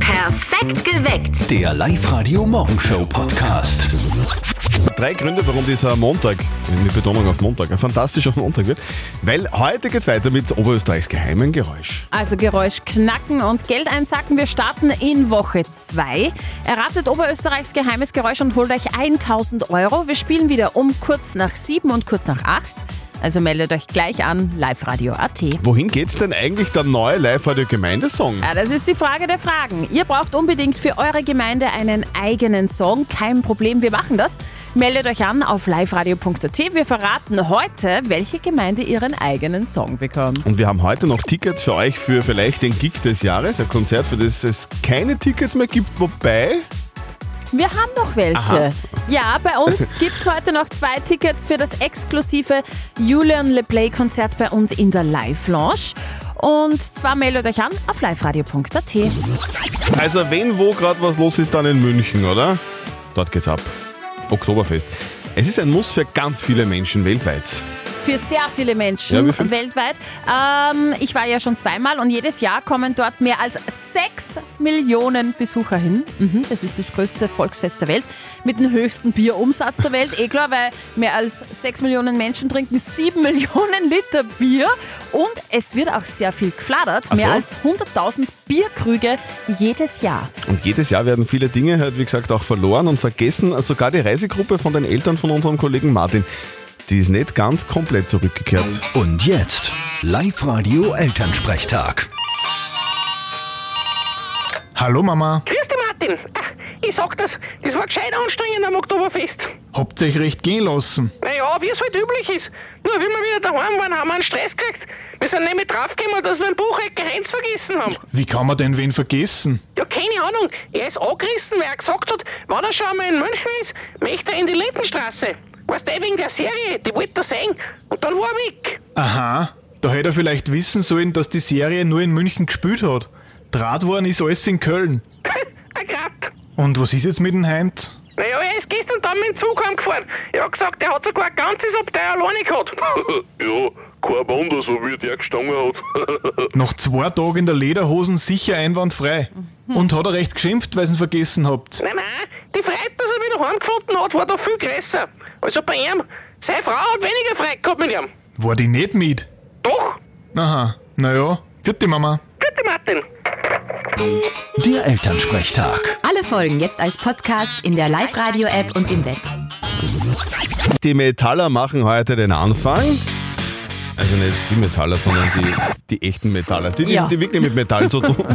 Perfekt geweckt. Der Live-Radio-Morgenshow-Podcast. Drei Gründe, warum dieser Montag, mit Betonung auf Montag, ein fantastischer Montag wird. Weil heute geht's weiter mit Oberösterreichs geheimem Geräusch. Also Geräusch knacken und Geld einsacken. Wir starten in Woche 2. Erratet Oberösterreichs geheimes Geräusch und holt euch 1000 Euro. Wir spielen wieder um kurz nach 7 und kurz nach 8. Also meldet euch gleich an, liveradio.at. Wohin geht denn eigentlich der neue Live-Radio-Gemeindesong? Ja, das ist die Frage der Fragen. Ihr braucht unbedingt für eure Gemeinde einen eigenen Song. Kein Problem, wir machen das. Meldet euch an auf liveradio.at. Wir verraten heute, welche Gemeinde ihren eigenen Song bekommt. Und wir haben heute noch Tickets für euch für vielleicht den Gig des Jahres, ein Konzert, für das es keine Tickets mehr gibt, wobei... Wir haben noch welche. Ja, bei uns gibt es heute noch zwei Tickets für das exklusive Julian LePlay-Konzert bei uns in der Live-Lounge. Und zwar meldet euch an auf liveradio.at. Also wenn wo gerade was los ist, dann in München, oder? Dort geht's ab. Oktoberfest. Es ist ein Muss für ganz viele Menschen weltweit. Für sehr viele Menschen Ja, wie viel? weltweit. Ähm, ich war ja schon zweimal und jedes Jahr kommen dort mehr als 6 Millionen Besucher hin. Mhm, das ist das größte Volksfest der Welt mit dem höchsten Bierumsatz der Welt. Eh klar, weil mehr als 6 Millionen Menschen trinken 7 Millionen Liter Bier und es wird auch sehr viel gefladert. so. Mehr als 100.000 Bierkrüge jedes Jahr. Und jedes Jahr werden viele Dinge halt, wie gesagt, auch verloren und vergessen. Sogar die Reisegruppe von den Eltern von unserem Kollegen Martin, die ist nicht ganz komplett zurückgekehrt. Und jetzt Live-Radio Elternsprechtag. Hallo Mama, Grüß dich, Martin. Ach, ich sag das, das war gescheit anstrengend am Oktoberfest. habt ihr euch recht gehen lassen? Naja, wie es halt üblich ist. Nur wie wir wieder daheim waren, haben wir einen Stress gekriegt. Wir sind nämlich draufgekommen, dass wir einen Buchecker Heinz vergessen haben. Wie kann man denn wen vergessen? Ja, keine Ahnung. Er ist angerissen, weil er gesagt hat, wenn er schon einmal in München ist, möchte er in die Lindenstraße. Weißt du, eh wegen der Serie, die wollte er sehen. Und dann war er weg. Aha, da hätte er vielleicht wissen sollen, dass die Serie nur in München gespielt hat. Draht worden ist alles in Köln. Ein Grab. Und was ist jetzt mit dem Heinz? Naja, er ist gestern dann mit dem Zug heimgefahren. Er hat gesagt, er hat sogar ein ganzes Abteil alleine gehabt. Ja, kein Wunder, so wie der gestanden hat. Nach zwei Tagen in der Lederhosen sicher einwandfrei. Und hat er recht geschimpft, weil ihr ihn vergessen habt. Nein, nein, die Freude, dass er wieder heimgefunden hat, war da viel größer. Also bei ihm. Seine Frau hat weniger Freude gehabt mit ihm. War die nicht mit? Doch, Aha, naja, vierte Mama. bitte Martin. Der Elternsprechtag. Alle Folgen jetzt als Podcast in der Live-Radio-App und im Web. Die Metaller machen heute den Anfang. Also nicht die Metaller, sondern die, die echten Metaller, die, die- Ja. die wirklich mit Metall zu tun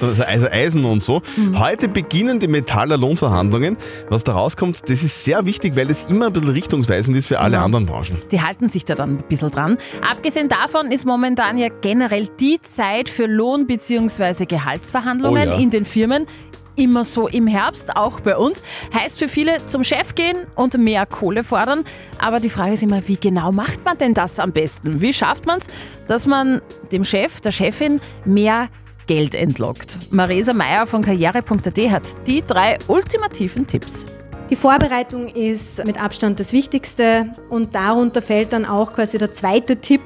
also also Eisen und so. Heute beginnen die Metaller Lohnverhandlungen. Was da rauskommt, das ist sehr wichtig, weil es immer ein bisschen richtungsweisend ist für alle anderen Branchen. die halten sich da dann ein bisschen dran. Abgesehen davon ist momentan ja generell die Zeit für Lohn- bzw. Gehaltsverhandlungen Oh ja. in den Firmen immer so im Herbst, auch bei uns. Heißt für viele zum Chef gehen und mehr Kohle fordern. Aber die Frage ist immer, wie genau macht man denn das am besten? Wie schafft man es, dass man dem Chef, der Chefin mehr Geld entlockt? Maresa Meyer von karriere.at hat die drei ultimativen Tipps. Die Vorbereitung ist mit Abstand das Wichtigste und darunter fällt dann auch quasi der zweite Tipp,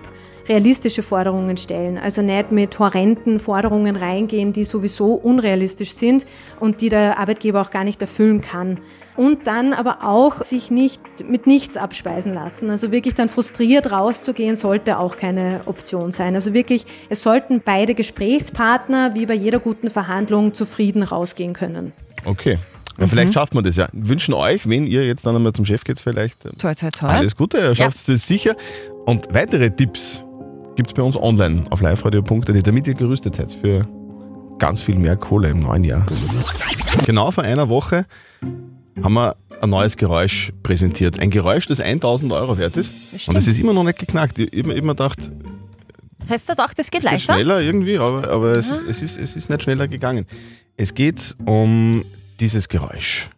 realistische Forderungen stellen. Also nicht mit horrenden Forderungen reingehen, die sowieso unrealistisch sind und die der Arbeitgeber auch gar nicht erfüllen kann. Und dann aber auch sich nicht mit nichts abspeisen lassen. Also wirklich dann frustriert rauszugehen, sollte auch keine Option sein. Also wirklich, es sollten beide Gesprächspartner wie bei jeder guten Verhandlung zufrieden rausgehen können. Okay. Ja, vielleicht schafft man das ja. Wünschen euch, wenn ihr jetzt dann einmal zum Chef geht, vielleicht äh, Toi, toi, toi. alles Gute, ihr schafft das sicher. Und weitere Tipps gibt es bei uns online auf liveradio.at, damit ihr gerüstet seid für ganz viel mehr Kohle im neuen Jahr. Genau vor einer Woche haben wir ein neues Geräusch präsentiert. Ein Geräusch, das 1000 Euro wert ist. Und es ist immer noch nicht geknackt. Ich habe mir immer gedacht, Hast du gedacht, das geht leichter? schneller irgendwie, aber, aber es, ist, es, ist, es ist nicht schneller gegangen. Es geht um dieses Geräusch.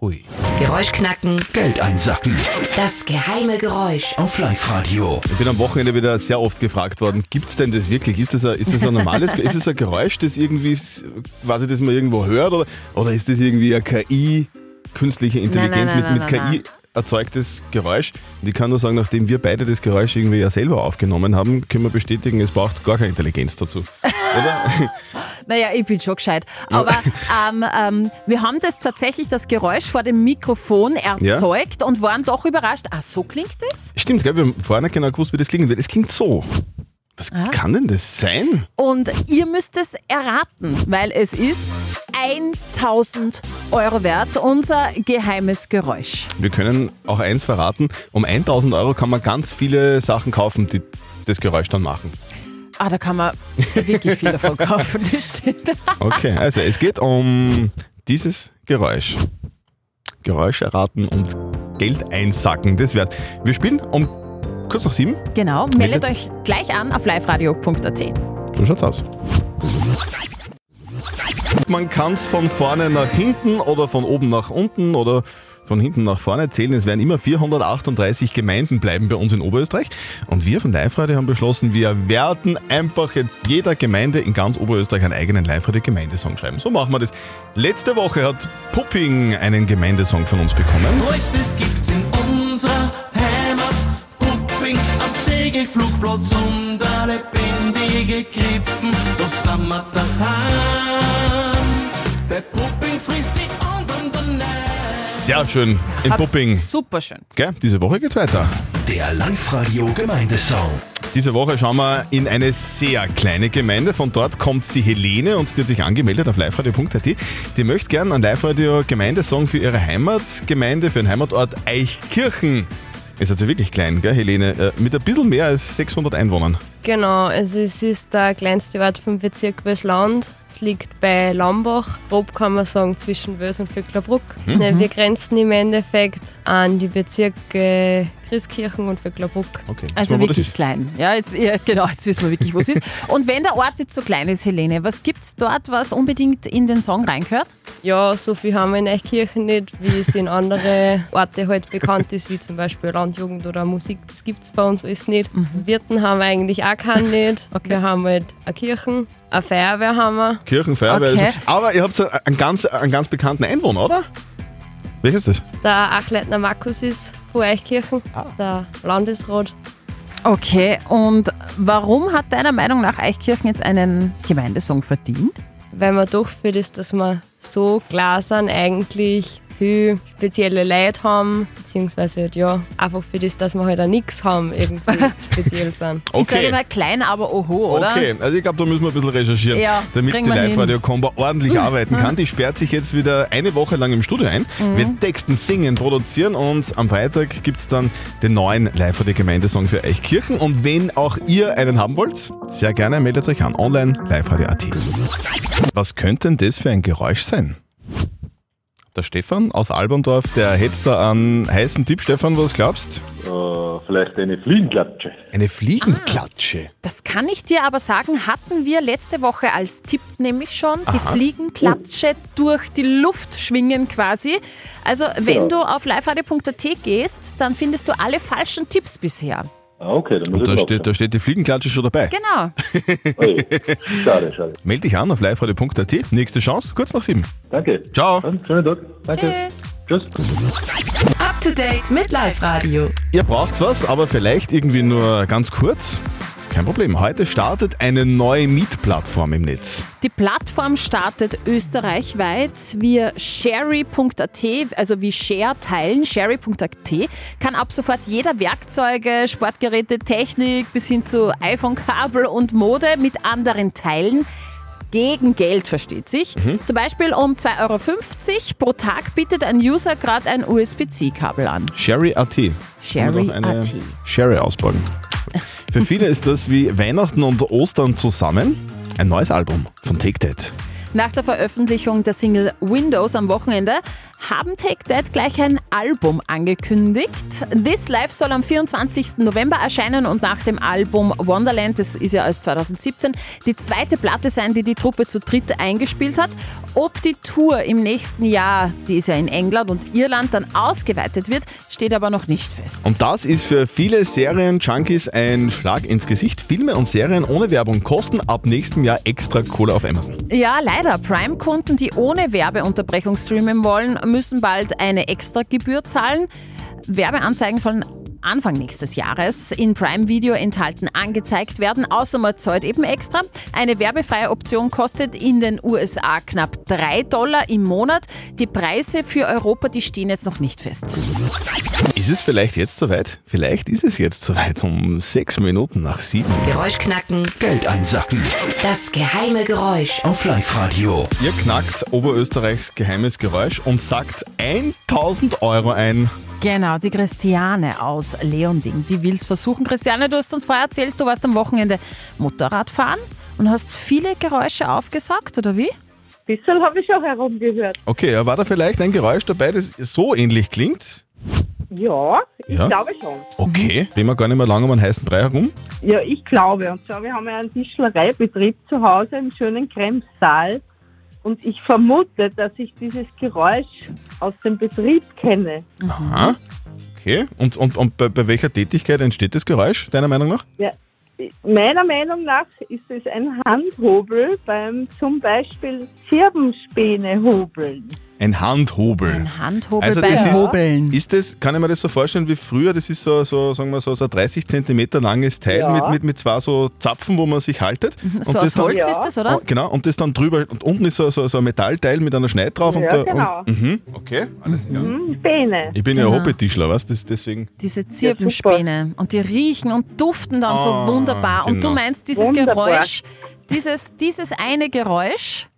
Hui. Geräusch knacken, Geld einsacken das geheime Geräusch. auf Live-Radio. Ich bin am Wochenende wieder sehr oft gefragt worden, gibt es denn das wirklich? Ist das ein, ist das ein normales, ist das ein Geräusch, das irgendwie, s- quasi das man irgendwo hört? Oder, oder ist das irgendwie eine KI, künstliche Intelligenz nein, nein, mit, mit nein, KI erzeugtes Geräusch. Und ich kann nur sagen, nachdem wir beide das Geräusch irgendwie ja selber aufgenommen haben, können wir bestätigen, es braucht gar keine Intelligenz dazu. Oder? Naja, ich bin schon gescheit. Aber ähm, ähm, wir haben das tatsächlich, das Geräusch vor dem Mikrofon erzeugt und waren doch überrascht. Ah, so klingt das? Stimmt, gell? wir haben vorher nicht genau gewusst, wie das klingen wird. Es klingt so. Was Ah. kann denn das sein? Und ihr müsst es erraten, weil es ist 1000 Euro wert, unser geheimes Geräusch. Wir können auch eins verraten, um 1000 Euro kann man ganz viele Sachen kaufen, die das Geräusch dann machen. Ah, da kann man wirklich viel davon kaufen, das stimmt. Okay, also es geht um dieses Geräusch. Geräusch erraten und Geld einsacken, das wär's. Wir spielen um kurz nach sieben. Genau, meldet euch gleich an auf liveradio.at. So schaut's aus. Man kann's von vorne nach hinten oder von oben nach unten oder von hinten nach vorne zählen. Es werden immer 438 Gemeinden bleiben bei uns in Oberösterreich. Und wir von live haben beschlossen, wir werden einfach jetzt jeder Gemeinde in ganz Oberösterreich einen eigenen live gemeindesong schreiben. So machen wir das. Letzte Woche hat Pupping einen Gemeindesong von uns bekommen. Neuestes gibt's in unserer Heimat. Hupping am Segelflugplatz und alle lebendige Krippen. Da sind wir daheim. Bei Pupping frisst die anderen dann ein. Sehr schön in Pupping. Super schön. Gell? Diese Woche geht's weiter. Der Live-Radio Gemeindesong. Diese Woche schauen wir in eine sehr kleine Gemeinde. Von dort kommt die Helene und die hat sich angemeldet auf liveradio.at. Die möchte gern einen Live-Radio Gemeindesong für ihre Heimatgemeinde, für ihren Heimatort Eichkirchen. Ist also wirklich klein, gell, Helene? Äh, mit ein bisschen mehr als 600 Einwohnern. Genau, also es ist der kleinste Ort vom Bezirk Wösland. Es liegt bei Lambach, grob kann man sagen zwischen Wös und Vöcklerbruck. Ne, Wir grenzen im Endeffekt an die Bezirke Christkirchen und Vöcklerbruck. Okay. Also so, wo das wirklich ist. klein. Ja, jetzt, ja, genau, jetzt wissen wir wirklich, wo es ist. Und wenn der Ort jetzt so klein ist, Helene, was gibt's dort, was unbedingt in den Song reinkört? Ja, so viel haben wir in Eichkirchen nicht, wie es in andere Orte halt bekannt ist, wie zum Beispiel Landjugend oder Musik. Das gibt es bei uns alles nicht. Wirten haben wir eigentlich auch keinen nicht. Okay. Wir haben halt eine Kirchen, eine Feuerwehr haben wir. Kirchenfeuerwehr. Okay. Also. Aber ihr habt so einen ganz, einen ganz bekannten Einwohner, oder? Welches ist das? Der Achleitner Markus ist von Eichkirchen, der Landesrat. Okay, und warum hat deiner Meinung nach Eichkirchen jetzt einen Gemeindesong verdient? weil man doch fühlt, ist, dass wir so klar sind, eigentlich viel spezielle Leute haben, beziehungsweise halt, ja, einfach für das, dass wir halt auch nichts haben, irgendwie speziell sind. Ich sage halt immer klein, aber oho, oder? Okay, also ich glaube, da müssen wir ein bisschen recherchieren, Ja, damit kriegen die wir hin. Mhm. Live-Radio-Combo ordentlich arbeiten kann. Die sperrt sich jetzt wieder eine Woche lang im Studio ein. Mhm. Wir texten, singen, produzieren und am Freitag gibt es dann den neuen Live-Radio-Gemeindesong für Eichkirchen. Und wenn auch ihr einen haben wollt, sehr gerne meldet euch an online live-radio.at. Was könnte denn das für ein Geräusch sein? Der Stefan aus Alberndorf, der hätte da einen heißen Tipp. Stefan, was glaubst? Äh, vielleicht eine Fliegenklatsche. Eine Fliegenklatsche. Das kann ich dir aber sagen, hatten wir letzte Woche als Tipp nämlich schon, die Fliegenklatsche durch die Luft schwingen quasi. Also Genau. wenn du auf liveradio.at gehst, dann findest du alle falschen Tipps bisher. Ah, okay, dann Da steht, da steht die Fliegenklatsche schon dabei. Genau. Schade, schade. Meld dich an auf liveradio.at. Nächste Chance, kurz nach sieben. Danke. Ciao. schönen Tag. Danke. Tschüss. Up to date mit Live Radio. Ihr braucht was, aber vielleicht irgendwie nur ganz kurz. Kein Problem. Heute startet eine neue Mietplattform im Netz. Die Plattform startet österreichweit via sherry.at, also wie Share teilen, sherry.at, kann ab sofort jeder Werkzeuge, Sportgeräte, Technik bis hin zu iPhone-Kabel und Mode mit anderen teilen. Gegen Geld, versteht sich. Zum Beispiel um 2,50 Euro pro Tag bietet ein User gerade ein USB-C-Kabel an. Sherry.at. Sherry.at. Sherry ausbauen. Für viele ist das wie Weihnachten und Ostern zusammen. Ein neues Album von Take That. Nach der Veröffentlichung der Single Windows am Wochenende haben Take That gleich ein Album angekündigt. This Life soll am 24. November erscheinen und nach dem Album Wonderland, das ist ja aus 2017, die zweite Platte sein, die die Truppe zu dritt eingespielt hat. Ob die Tour im nächsten Jahr, die ist ja in England und Irland, dann ausgeweitet wird, steht aber noch nicht fest. Und das ist für viele Serien-Junkies ein Schlag ins Gesicht. Filme und Serien ohne Werbung kosten ab nächstem Jahr extra Kohle auf Amazon. Ja, leider. Prime-Kunden, die ohne Werbeunterbrechung streamen wollen, müssen bald eine Extragebühr zahlen. Werbeanzeigen sollen Anfang nächstes Jahres in Prime Video enthalten angezeigt werden, außer man zahlt eben extra. Eine werbefreie Option kostet in den USA knapp 3 Dollar im Monat. Die Preise für Europa, die stehen jetzt noch nicht fest. Ist es vielleicht jetzt soweit? Vielleicht ist es jetzt soweit um sechs Minuten nach sieben. Geräuschknacken, Geld einsacken. das geheime Geräusch. Auf Live-Radio. Ihr knackt Oberösterreichs geheimes Geräusch und sagt 1000 Euro ein. Genau, die Christiane aus Leonding, die will es versuchen. Christiane, du hast uns vorher erzählt, du warst am Wochenende Motorrad fahren und hast viele Geräusche aufgesagt, oder wie? Bissel habe ich auch herumgehört. Okay, ja, war da vielleicht ein Geräusch dabei, das so ähnlich klingt? Ja, ich Ja? glaube schon. Okay. Reden wir gar nicht mehr lange um einen heißen Brei herum. Ja, ich glaube. Und zwar, wir haben ja einen Tischlereibetrieb zu Hause im schönen Kremstal. Und ich vermute, dass ich dieses Geräusch aus dem Betrieb kenne. Aha. Okay. Und, und, und bei, bei welcher Tätigkeit entsteht das Geräusch, deiner Meinung nach? Ja, meiner Meinung nach ist es ein Handhobel beim zum Beispiel Zirbenspäne hobeln. Ein Handhobel. Handhobel also beim das ist, Hobeln. ist das, kann ich mir das so vorstellen wie früher, das ist so, so sagen wir so, so ein 30 Zentimeter langes Teil Ja. mit, mit, mit zwei so Zapfen, wo man sich haltet. Mhm, So aus Holz ist das, oder? Und, genau, und das dann drüber, und unten ist so, so, so ein Metallteil mit einer Schneid drauf. und Ja, da, genau. Und, mhm, okay, alles klar. Hm, Späne. Ich bin ja Mhm, Genau. Hobbitischler, weißt du, das- deswegen... Diese Zirbenspäne. und die riechen und duften Ah, dann so wunderbar. Und genau. du meinst, dieses Wunderbar. Geräusch, dieses, dieses eine Geräusch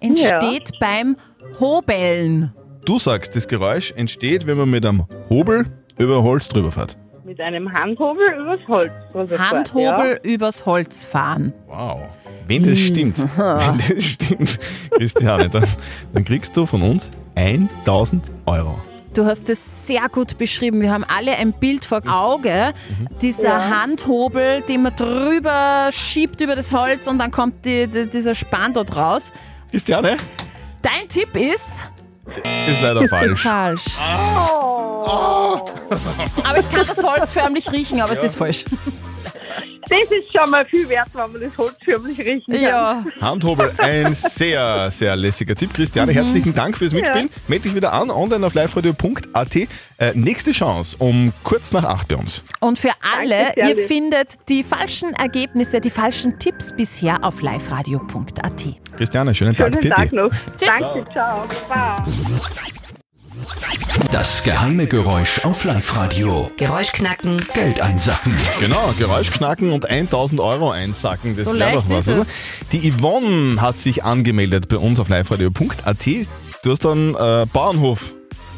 entsteht beim Hobeln. Du sagst, das Geräusch entsteht, wenn man mit einem Hobel über Holz drüber fährt. Mit einem Handhobel übers Holz. Also Handhobel übers Holz fahren. Wow. Wenn das stimmt, wenn das stimmt, Christiane, dann, dann kriegst du von uns 1000 Euro. Du hast es sehr gut beschrieben. Wir haben alle ein Bild vor Auge. Dieser Handhobel, den man drüber schiebt über das Holz und dann kommt die, die, dieser Span dort raus. Christiane? Dein Tipp ist Ist leider falsch. falsch. Oh. Aber ich kann das Holz förmlich riechen, aber es ist falsch. Ja. Das ist schon mal viel wert, wenn man das Holz förmlich riechen kann. Ja, Handhobel, ein sehr, sehr lässiger Tipp. Christiane, herzlichen Dank fürs Mitspielen. Meld dich wieder an, online auf liveradio.at. Äh, nächste Chance um kurz nach 8 bei uns. und für alle, Danke, ihr Servus. findet die falschen Ergebnisse, die falschen Tipps bisher auf liveradio.at. Christiane, schönen, Tag. Schönen Pfiat Tag dich. noch. Danke, ciao. Baba. Das geheime Geräusch auf Live-Radio. Geräuschknacken, Geld einsacken. Genau, Geräusch knacken und 1000 Euro einsacken. Das So wäre doch leicht was, ist oder? es. Die Yvonne hat sich angemeldet bei uns auf liveradio.at. Du hast einen äh, Bauernhof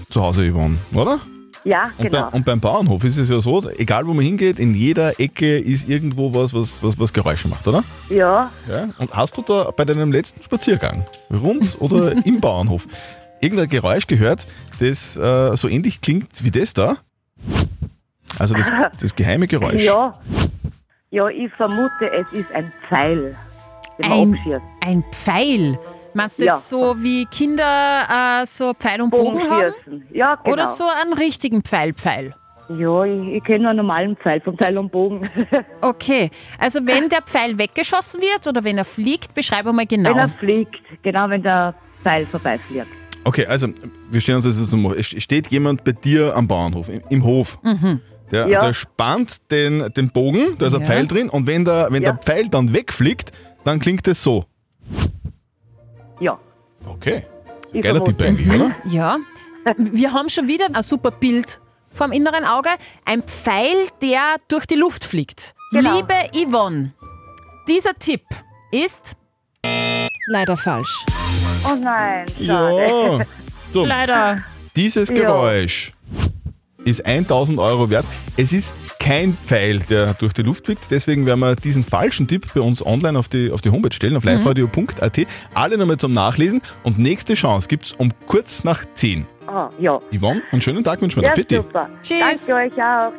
zu Hause, Yvonne, oder? Ja, genau. Und, bei, und beim Bauernhof ist es ja so, egal wo man hingeht, in jeder Ecke ist irgendwo was, was, was, was Geräusche macht, oder? Ja, Ja? Und hast du da bei deinem letzten Spaziergang rund oder im Bauernhof irgendein Geräusch gehört, das äh, so ähnlich klingt wie das da? Also das, das geheime Geräusch. ja. Ja, ich vermute, es ist ein Pfeil, den man Ein, abschießt. ein Pfeil. Meinst du Genau, Ja. jetzt so wie Kinder äh, so Pfeil und Bogen, haben? schießen. Ja, genau. Oder so einen richtigen Pfeil-Pfeil? Ja, ich, ich kenne einen normalen Pfeil, vom Pfeil und Bogen. Okay, also wenn der Pfeil weggeschossen wird oder wenn er fliegt, beschreibe mal genau. Wenn er fliegt, genau, wenn der Pfeil vorbeifliegt. Okay, also wir stehen uns das jetzt mal. Es steht jemand bei dir am Bauernhof, im, im Hof. Der, Mhm. Ja. der spannt den, den Bogen, da ist ein Ja. Pfeil drin und wenn, der, wenn Ja. der Pfeil dann wegfliegt, dann klingt es so. Ja. Okay. Ich Geiler vermute. Tipp eigentlich, oder? Ja, wir haben schon wieder ein super Bild vom inneren Auge. Ein Pfeil, der durch die Luft fliegt. Genau. Liebe Yvonne, dieser Tipp ist leider falsch. Oh nein, schade. Ja. So, Leider. dieses Geräusch ist 1000 Euro wert. Es ist kein Pfeil, der durch die Luft fliegt. Deswegen werden wir diesen falschen Tipp bei uns online auf die, auf die Homepage stellen, auf Mhm. liveradio.at. Alle nochmal zum Nachlesen. Und nächste Chance gibt es um kurz nach 10. Ah, ja. Yvonne, einen schönen Tag wünschen wir Ja, dir. Fitti. super. Tschüss. Danke euch auch.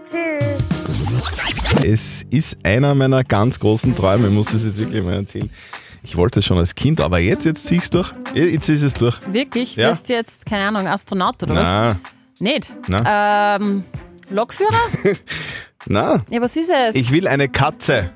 Tschüss. Es ist einer meiner ganz großen Träume. Ich muss das jetzt wirklich mal erzählen. Ich wollte es schon als Kind, aber jetzt, jetzt zieh ich's durch. Jetzt ist es durch. Wirklich? Ja. Wirst du jetzt, keine Ahnung, Astronaut oder was? Na, Nicht. Na. Ähm, Lokführer? na, Äh. Ja, was ist es? ich will eine Katze.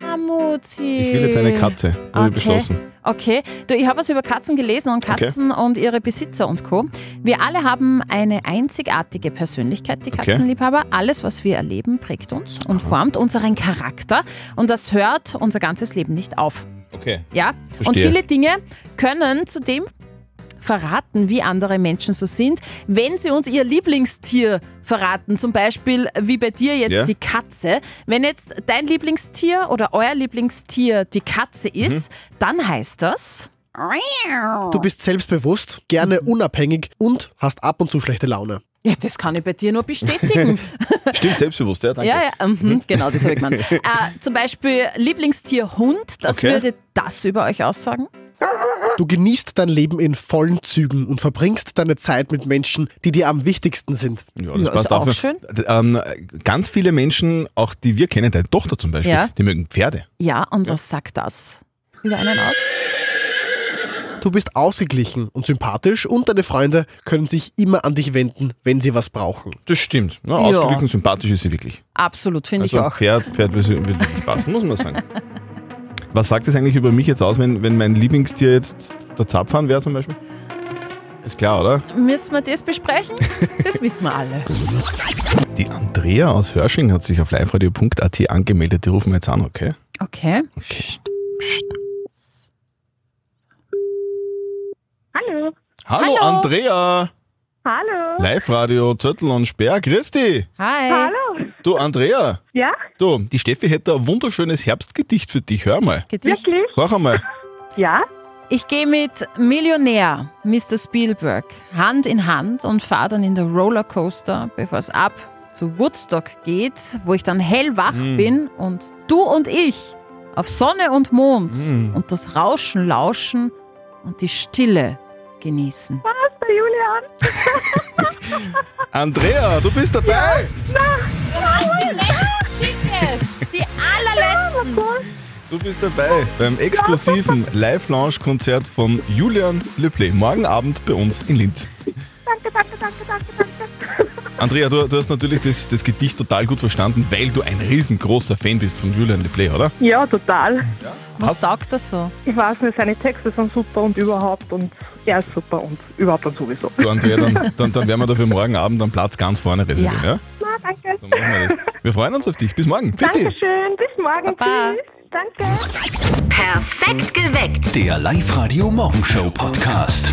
Amor. Mutti. Ich will jetzt Äh, eine Katze, habe ich beschlossen. Okay, du, ich habe was über Katzen gelesen und Katzen und ihre Besitzer und Co. Wir alle haben eine einzigartige Persönlichkeit, die Okay. Katzenliebhaber. Alles, was wir erleben, prägt uns und formt unseren Charakter und das hört unser ganzes Leben nicht auf. Okay. Ja, und Verstehe. viele Dinge können zudem verraten, wie andere Menschen so sind, wenn sie uns ihr Lieblingstier verraten. Zum Beispiel wie bei dir jetzt Ja. die Katze. Wenn jetzt dein Lieblingstier oder euer Lieblingstier die Katze ist, dann heißt das... Du bist selbstbewusst, gerne unabhängig und hast ab und zu schlechte Laune. Ja, das kann ich bei dir nur bestätigen. Stimmt, selbstbewusst, ja, danke. Ja, ja, mhm, genau, das habe ich gemeint. äh, zum Beispiel Lieblingstier Hund, das Okay. würde das über euch aussagen. Du genießt dein Leben in vollen Zügen und verbringst deine Zeit mit Menschen, die dir am wichtigsten sind. Ja, das passt auch. schön. D- Ähm, ganz viele Menschen, auch die wir kennen, deine Tochter zum Beispiel, Ja. die mögen Pferde. Ja, und was sagt das über einen aus? Du bist ausgeglichen und sympathisch und deine Freunde können sich immer an dich wenden, wenn sie was brauchen. Das stimmt. Na, Ja. Ausgeglichen und sympathisch ist sie wirklich. Absolut, finde also ich auch. Pferd, Pferd würde sie- würde wirklich passen, muss man sagen. Was sagt das eigentlich über mich jetzt aus, wenn, wenn mein Lieblingstier jetzt der Zapfhahn wäre zum Beispiel? Ist klar, oder? Müssen wir das besprechen? Das wissen wir alle. Die Andrea aus Hörsching hat sich auf liveradio.at angemeldet. Die rufen wir jetzt an, okay? Okay. Hallo. Hallo, Andrea! Hallo. Live-Radio Zöttl und Sperr, Christi! Hi. Hallo. Du, Andrea! Ja? Du, die Steffi hätte ein wunderschönes Herbstgedicht für dich. Hör mal. Gedicht? Hör einmal. Ja? Ich gehe mit Millionär Mr. Spielberg Hand in Hand und fahre dann in der Rollercoaster, bevor es ab zu Woodstock geht, wo ich dann hellwach Mm. bin und du und ich auf Sonne und Mond Mm. und das Rauschen lauschen und die Stille genießen. Was, der Julian? Andrea, du bist dabei! Du hast die letzten Tickets, die allerletzten. Du bist dabei beim exklusiven Live-Lounge-Konzert von Julian Lüble. Morgen Abend bei uns in Linz. Danke, danke, danke, danke, danke. Andrea, du, du hast natürlich das, das Gedicht total gut verstanden, weil du ein riesengroßer Fan bist von Julian Lüble, oder? Ja, total. Was taugt das so? Ich weiß nicht, seine Texte sind super und überhaupt und er ist super und überhaupt und sowieso. Du, Andrea, dann, dann, dann werden wir dafür morgen Abend am Platz ganz vorne reservieren. Ja. Na, danke. Dann machen wir das. Wir freuen uns auf dich. Bis morgen. Fitti. Dankeschön, bis morgen. Tschüss. Danke. Perfekt geweckt. Der Live-Radio Morgenshow Podcast.